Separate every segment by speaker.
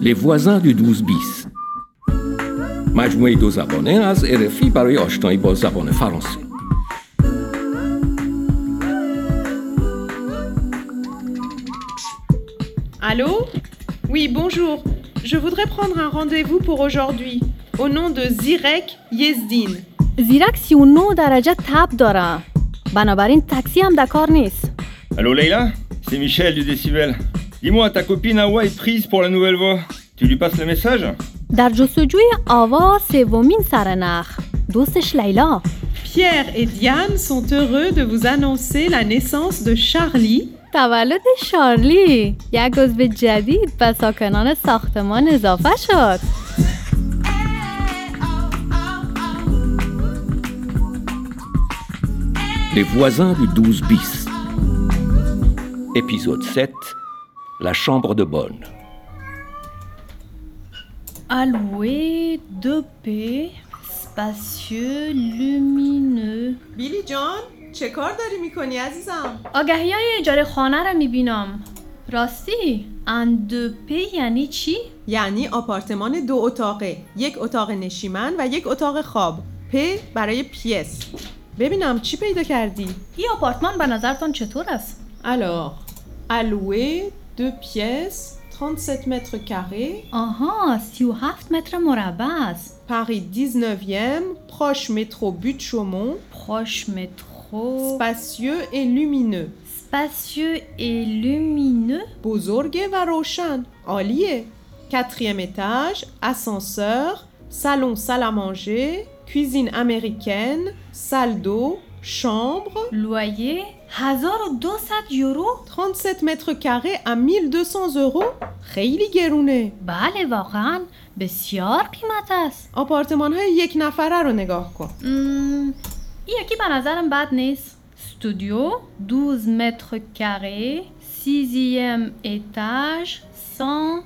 Speaker 1: Les voisins du 12 بیس مجموعه دو زبانه از RFI برای آشنایی با زبان فرانسه
Speaker 2: Allô Oui, bonjour. Je voudrais prendre un rendez-vous pour aujourd'hui au nom de Zirek Yezdin.
Speaker 3: زیرک 39 درجه تب داره بنابراین تاکسی هم در کار نیست
Speaker 4: Allô Leïla C'est Michel du Décibel. Dis-moi, ta copine Hawa est prise pour la nouvelle voix. Tu lui passes le message
Speaker 3: در جستجوی آوا سومین سرنخ دوستش لیلا
Speaker 2: Pierre et Diane sont heureux de vous annoncer la naissance de Charlie,
Speaker 3: تولد شارلی یک عضو جدید به ساکنان ساختمان اضافه شد
Speaker 1: Les voisins du 12 bis. Épisode 7. La chambre de bonne.
Speaker 3: Alloué, dopé, spacieux, lumineux
Speaker 2: Billy John, چه کار داری میکنی عزیزم؟
Speaker 3: آگهی های اجاره خانه را میبینم راستی اندوپه یعنی چی؟
Speaker 2: یعنی آپارتمان دو اتاقه یک اتاق نشیمن و یک اتاق خواب پ برای پیس ببینم چی پیدا کردی؟
Speaker 3: این آپارتمان به نظرتان چطور است؟
Speaker 2: Alors, alloué, deux pièces, 37 mètres carrés,
Speaker 3: آها 37 متر مربع است
Speaker 2: Paris 19e, proche métro Butte-Chaumont,
Speaker 3: پاش مترو
Speaker 2: spacieux et lumineux.
Speaker 3: spatieux et lumineux
Speaker 2: بزرگه و روشن. عالیه. Quatrième étage, ascenseur, salon salle à manger, cuisine américaine, salle d'eau, chambre,
Speaker 3: لویه 1200 یورو
Speaker 2: 37 mètres carrés à 1200 euros. خیلی گرونه.
Speaker 3: بله واقعا بسیار قیمت است
Speaker 2: آپارتمان های یک نفره رو نگاه کن.
Speaker 3: مم، این یکی به نظرم بد نیست استودیو 12 متر کره 6 اتاژ 100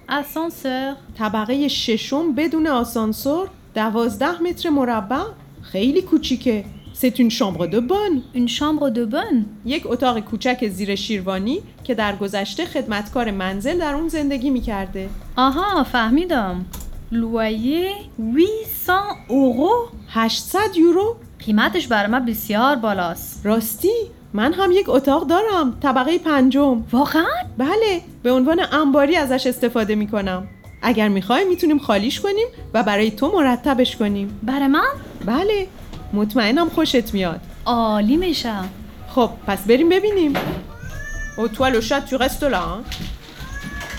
Speaker 3: اسانسور
Speaker 2: طبقه ششم بدون آسانسور دوازده متر مربع خیلی کوچیکه ستون شامبر دو بان
Speaker 3: این شامبر دو بن
Speaker 2: یک اتاق کوچک زیر شیروانی که در گذشته خدمتکار منزل در اون زندگی میکرده
Speaker 3: آها فهمیدم لویه 800 اورو
Speaker 2: 800 یورو
Speaker 3: قیمتش برای من بسیار بالاست
Speaker 2: راستی من هم یک اتاق دارم طبقه پنجم
Speaker 3: واقعا
Speaker 2: بله به عنوان انباری ازش استفاده میکنم اگر میخوای میتونیم خالیش کنیم و برای تو مرتبش کنیم
Speaker 3: برای من
Speaker 2: بله مطمئنم خوشت میاد
Speaker 3: عالی میشه
Speaker 2: خب پس بریم ببینیم Oh, او تو لو شات تو رست لا hein.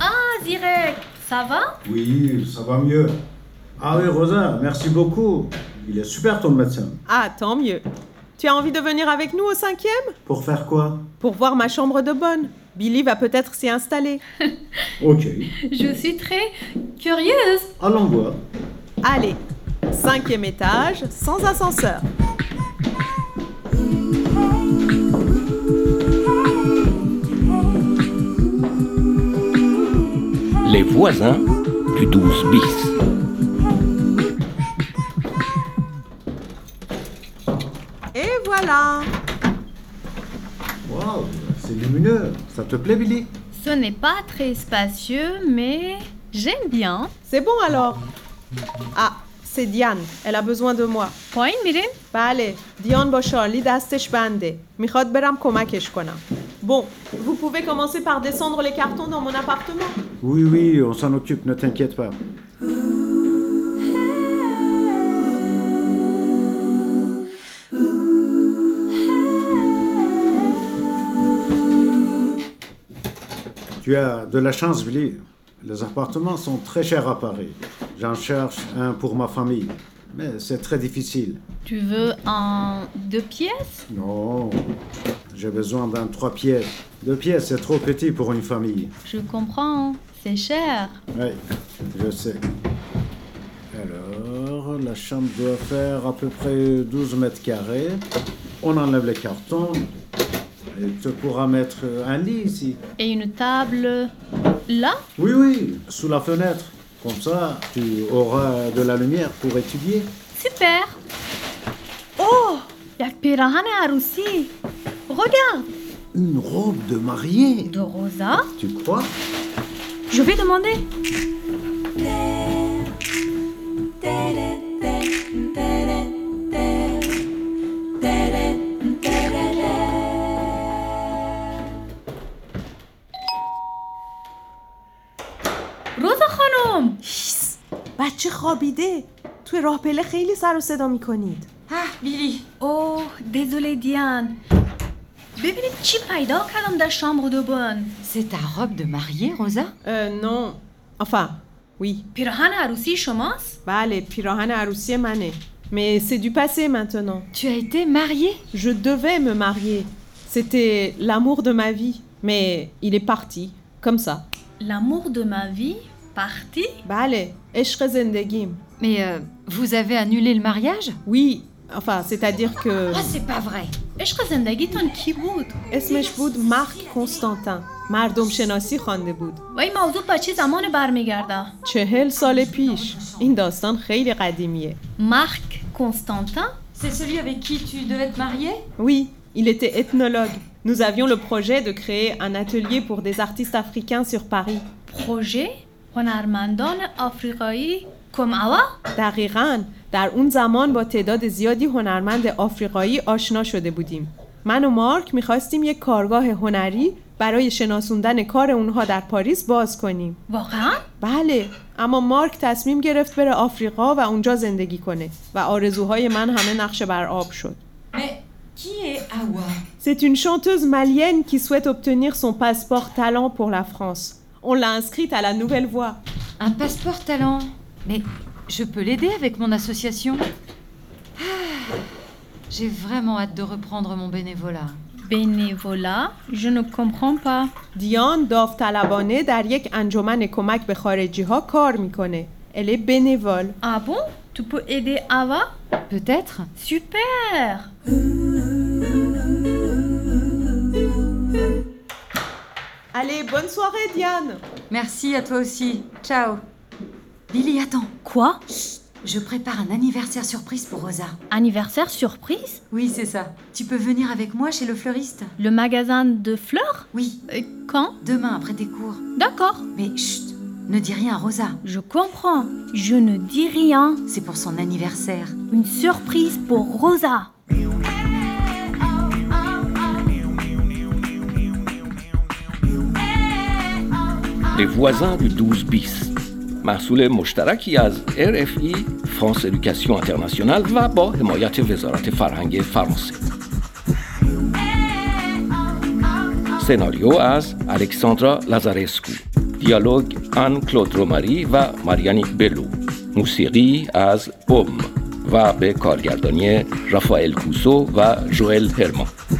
Speaker 3: آ زیرک سوا
Speaker 5: Oui, ça va mieux. Ah oui, Rosa, merci beaucoup. Il est super ton médecin.
Speaker 2: Ah, tant mieux. Tu as envie de venir avec nous au cinquième
Speaker 5: Pour faire quoi
Speaker 2: Pour voir ma chambre de bonne. Billy va peut-être s'y installer.
Speaker 5: Ok,
Speaker 3: Je suis très curieuse
Speaker 5: allons voir.
Speaker 2: Allez, cinquième étage, sans ascenseur.
Speaker 1: Les voisins du 12 bis.
Speaker 2: Et voilà
Speaker 5: Waouh, c'est lumineux. Ça te plaît, Billy
Speaker 3: Ce n'est pas très spacieux, mais j'aime bien.
Speaker 2: C'est bon alors Ah, c'est Diane. Elle a besoin de moi. Bah,
Speaker 3: پایین میریم؟
Speaker 2: بله دیان با شارلی دستش بنده میخواد برم کمکش کنم Bon, vous pouvez commencer par descendre les cartons dans mon appartement.
Speaker 5: Oui, oui, on s'en occupe, ne t'inquiète pas. Tu as de la chance, Billy. Les appartements sont très chers à Paris. J'en cherche un pour ma famille. Mais c'est très difficile.
Speaker 3: Tu veux un deux pièces
Speaker 5: Non, j'ai besoin d'un trois pièces. Deux pièces, c'est trop petit pour une famille.
Speaker 3: Je comprends, c'est cher.
Speaker 5: Oui, je sais. Alors, la chambre doit faire à peu près 12 mètres carrés. On enlève les cartons. Et tu pourras mettre un lit ici.
Speaker 3: Et une table là
Speaker 5: Oui, oui, sous la fenêtre. Comme ça, tu auras de la lumière pour étudier.
Speaker 3: Super
Speaker 2: Oh,
Speaker 3: یک پیراهن عروسی Regarde
Speaker 5: Une robe de mariée
Speaker 3: De Rosa
Speaker 5: Tu crois
Speaker 3: Je vais demander روزا خانم
Speaker 2: بچه خوابیده توی راه پله خیلی سر و صدا میکنید
Speaker 6: Ah,
Speaker 3: اوه دیزوله دیان ببینید چی پیدا کردم در شام دوبان
Speaker 6: C'est ta robe de mariée, Rosa
Speaker 2: نو آفا وی
Speaker 3: پیراهن عروسی شماست؟
Speaker 2: بله پیراهن عروسی منه Mais c'est du passé maintenant.
Speaker 6: Tu as été mariée
Speaker 2: Je devais me marier. C'était l'amour de ma vie. Mais il est parti. Comme ça. Bah,
Speaker 3: L'amour de ma vie parti
Speaker 2: بله عشق زندگیم.
Speaker 6: Mais euh, vous avez annulé le mariage
Speaker 2: Oui. Enfin, c'est-à-dire que
Speaker 6: Ah, c'est pas vrai
Speaker 3: عشق زندگیتان کی بود؟
Speaker 2: اسمش بود مارک کنستانتین. مردم شناسی خوانده بود.
Speaker 3: و این موضوع با چه زمان برمیگرده؟
Speaker 2: چهل سال پیش. این داستان خیلی قدیمیه.
Speaker 3: مارک کنستانتین
Speaker 6: C'est celui avec qui tu devais te marier
Speaker 2: Oui, il était ethnologue. Nous avions le projet de créer un atelier pour des artistes africains sur Paris.
Speaker 3: پروژه هنرمندان آفریقایی کم اوا
Speaker 2: دقیقا در اون زمان با تعداد زیادی هنرمند آفریقایی آشنا شده بودیم. من و مارک میخواستیم یک کارگاه هنری برای شناسوندن کار اونها در پاریس باز کنیم.
Speaker 3: واقعا
Speaker 2: بله، اما مارک تصمیم گرفت بره آفریقا و اونجا زندگی کنه و آرزوهای من همه نقش بر آب شد.
Speaker 6: Mais qui est Awa
Speaker 2: C'est une chanteuse malienne qui souhaite obtenir son passeport talent pour la France. On l'a inscrite à la Nouvelle Voie.
Speaker 6: Un passeport talent Mais je peux l'aider avec mon association Ah, J'ai vraiment hâte de reprendre mon bénévolat.
Speaker 3: بنیولا جنو کمخون پا
Speaker 2: دیان داوطلبانه در یک انجمن کمک به خارجی ها کار میکنه. اله بنول
Speaker 3: آبون تو پو ایده اوا
Speaker 6: Peut-être
Speaker 3: سوپر
Speaker 2: Allez, bonne soirée, Diane.
Speaker 6: Merci à toi aussi. Ciao. Billy, attends.
Speaker 3: کوا
Speaker 6: Je prépare un anniversaire surprise pour Rosa.
Speaker 3: انیورسر سورپریز
Speaker 6: Oui, c'est ça. Tu peux venir avec moi chez le fleuriste
Speaker 3: Le magasin de fleurs
Speaker 6: Oui,
Speaker 3: Euh, Quand
Speaker 6: demain après tes cours.
Speaker 3: D'accord,
Speaker 6: Mais chut, ne dis rien à Rosa.
Speaker 3: je comprends. Je ne dis rien.
Speaker 6: C'est pour son anniversaire.
Speaker 3: Une surprise pour Rosa.
Speaker 1: Les voisins du 12 bis مسئول مشترکی از RFI فرانس ادوکاسیون اینترنشنال و با حمایت وزارت فرهنگ فرانسه سناریو از الکساندرا لازارسکو دیالوگ آن کلود روماری و ماریانی بلو موسیقی از بوم و به کارگردانی رافائل کوسو و جوئل هرمان